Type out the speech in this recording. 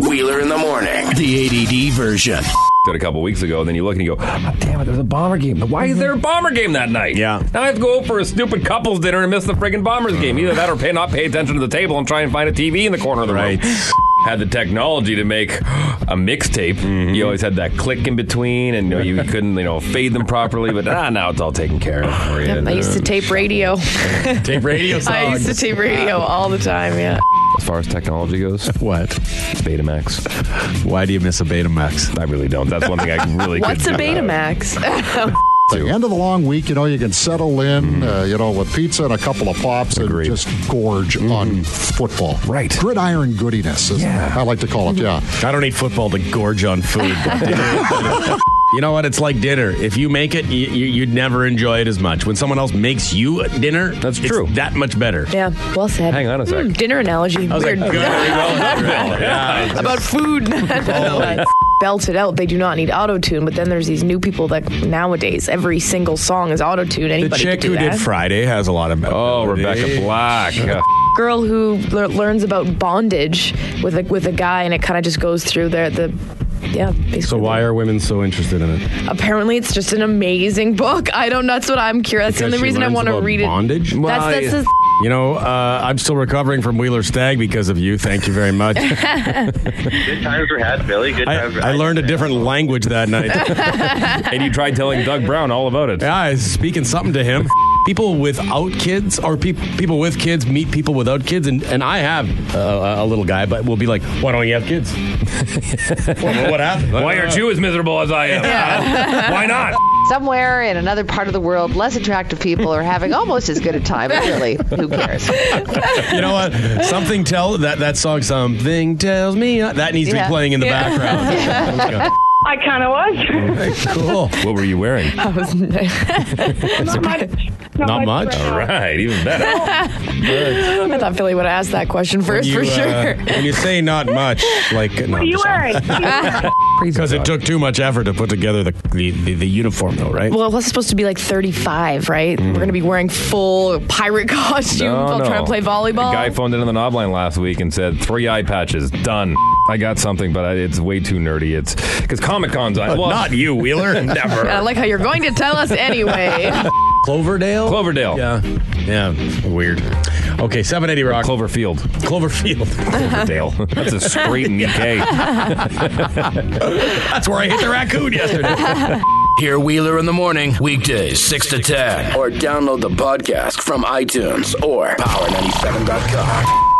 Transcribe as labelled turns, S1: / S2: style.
S1: Wheeler in the morning.
S2: The ADD version.
S3: did a couple weeks ago, and then you look and you go, oh, damn it, there's a bomber game. Why is there a bomber game that night?
S4: Yeah.
S3: Now I have to go out for a stupid couples dinner and miss the friggin' bombers game. Either that or pay not pay attention to the table and try and find a TV in the corner of the
S4: Right.
S3: room. Had the technology to make a mixtape.
S4: Mm-hmm.
S3: You always had that click in between, and you, know, you couldn't, you know, fade them properly. But ah, now it's all taken care of. for you.
S5: I used to tape radio.
S4: Tape radio
S5: I used to tape radio all the time. Yeah.
S3: as far as technology goes,
S4: What?
S3: Betamax.
S4: Why do you miss a Betamax?
S3: I really don't. That's one thing I really.
S5: What's a
S3: couldn't do.
S5: Betamax?
S6: At the end of the long week, you know, you can settle in, uh, you know, with pizza and a couple of pops
S3: Mm. Agreed. Mm-hmm.
S6: and just gorge on football.
S3: Right.
S6: Gridiron goodiness, is
S3: Yeah.
S6: I like to call it, yeah.
S4: I don't need football to gorge on food. you know what? It's like dinner. If you make it, you, you, you'd never enjoy it as much. When someone else makes you dinner,
S3: That's
S4: it's
S3: true.
S4: That much better.
S5: yeah. Well said.
S3: Hang on a Oh, sec.
S5: Hmm, dinner analogy.
S4: I was like,
S5: Weird.
S4: good. well, well, yeah.
S5: About food. Belted out. They do not need auto tune. But then there's these new people that nowadays every single song is auto tune. Anybody
S4: The chick
S5: can
S4: who
S5: do that.
S4: did Friday has a lot of.
S3: Oh, Rebecca Black. Yeah.
S5: girl who lear- learns about bondage with a, with a guy, and it kind of just goes through there. The yeah. Basically
S7: So why are women so interested in it?
S5: Apparently, it's just an amazing book. I don't. That's what I'm curious. That's the only
S7: Because she
S5: reason I
S7: learns
S5: want to
S7: about
S5: read
S7: bondage?
S5: it. That's that's the
S7: You know, uh, I'm still recovering from Wheeler Stag because of you. Thank you very much. I,
S8: Good times were had, Billy. Good times. were
S7: I
S8: had.
S7: learned a different language that night.
S3: And you tried telling Doug Brown all about it.
S7: yeah, I was speaking something to him. People without kids or peop people with kids meet people without kids, and, and I have uh, a little guy, but we'll be like, why don't you have kids? what, what happened?
S3: Why aren't you as miserable as I am? Why not?
S9: Somewhere in another part of the world, less attractive people are having almost as good a time. But really, who cares?
S7: You know what? Something tell that that song. Something tells me that needs to
S9: Yeah.
S7: be playing in the background.
S10: I kind of was.
S7: cool.
S3: What were you wearing? All
S10: Not much.
S7: Not much.
S10: right now.
S3: right, even better.
S5: I thought Philly would have asked that question first for
S7: uh,
S5: sure.
S7: when you say not much, like
S10: What are you wearing?
S7: Because it took too much effort to put together the the, the, the uniform, though, right?
S5: well, plus it's supposed to be like 35, right? We're going to be wearing full pirate costumes while trying to play volleyball.
S3: A guy phoned into the knob line last week and said three eye patches done. I got something, but I, it's way too nerdy. It's because Comic Con's on. Well,
S7: not you, Wheeler.
S5: and I
S3: never.
S5: like how you're going to tell us anyway.
S7: Cloverdale.
S3: Cloverdale.
S7: Yeah. Oh. Yeah. Weird. Okay, seven eighty rock.
S3: Cloverfield.
S7: Cloverfield.
S3: Cloverdale. That's a street in UK.
S7: That's where I hit the raccoon yesterday.
S2: Hear Wheeler in the morning, weekdays, 6 to 10.
S1: Or download the podcast from iTunes or power97.com.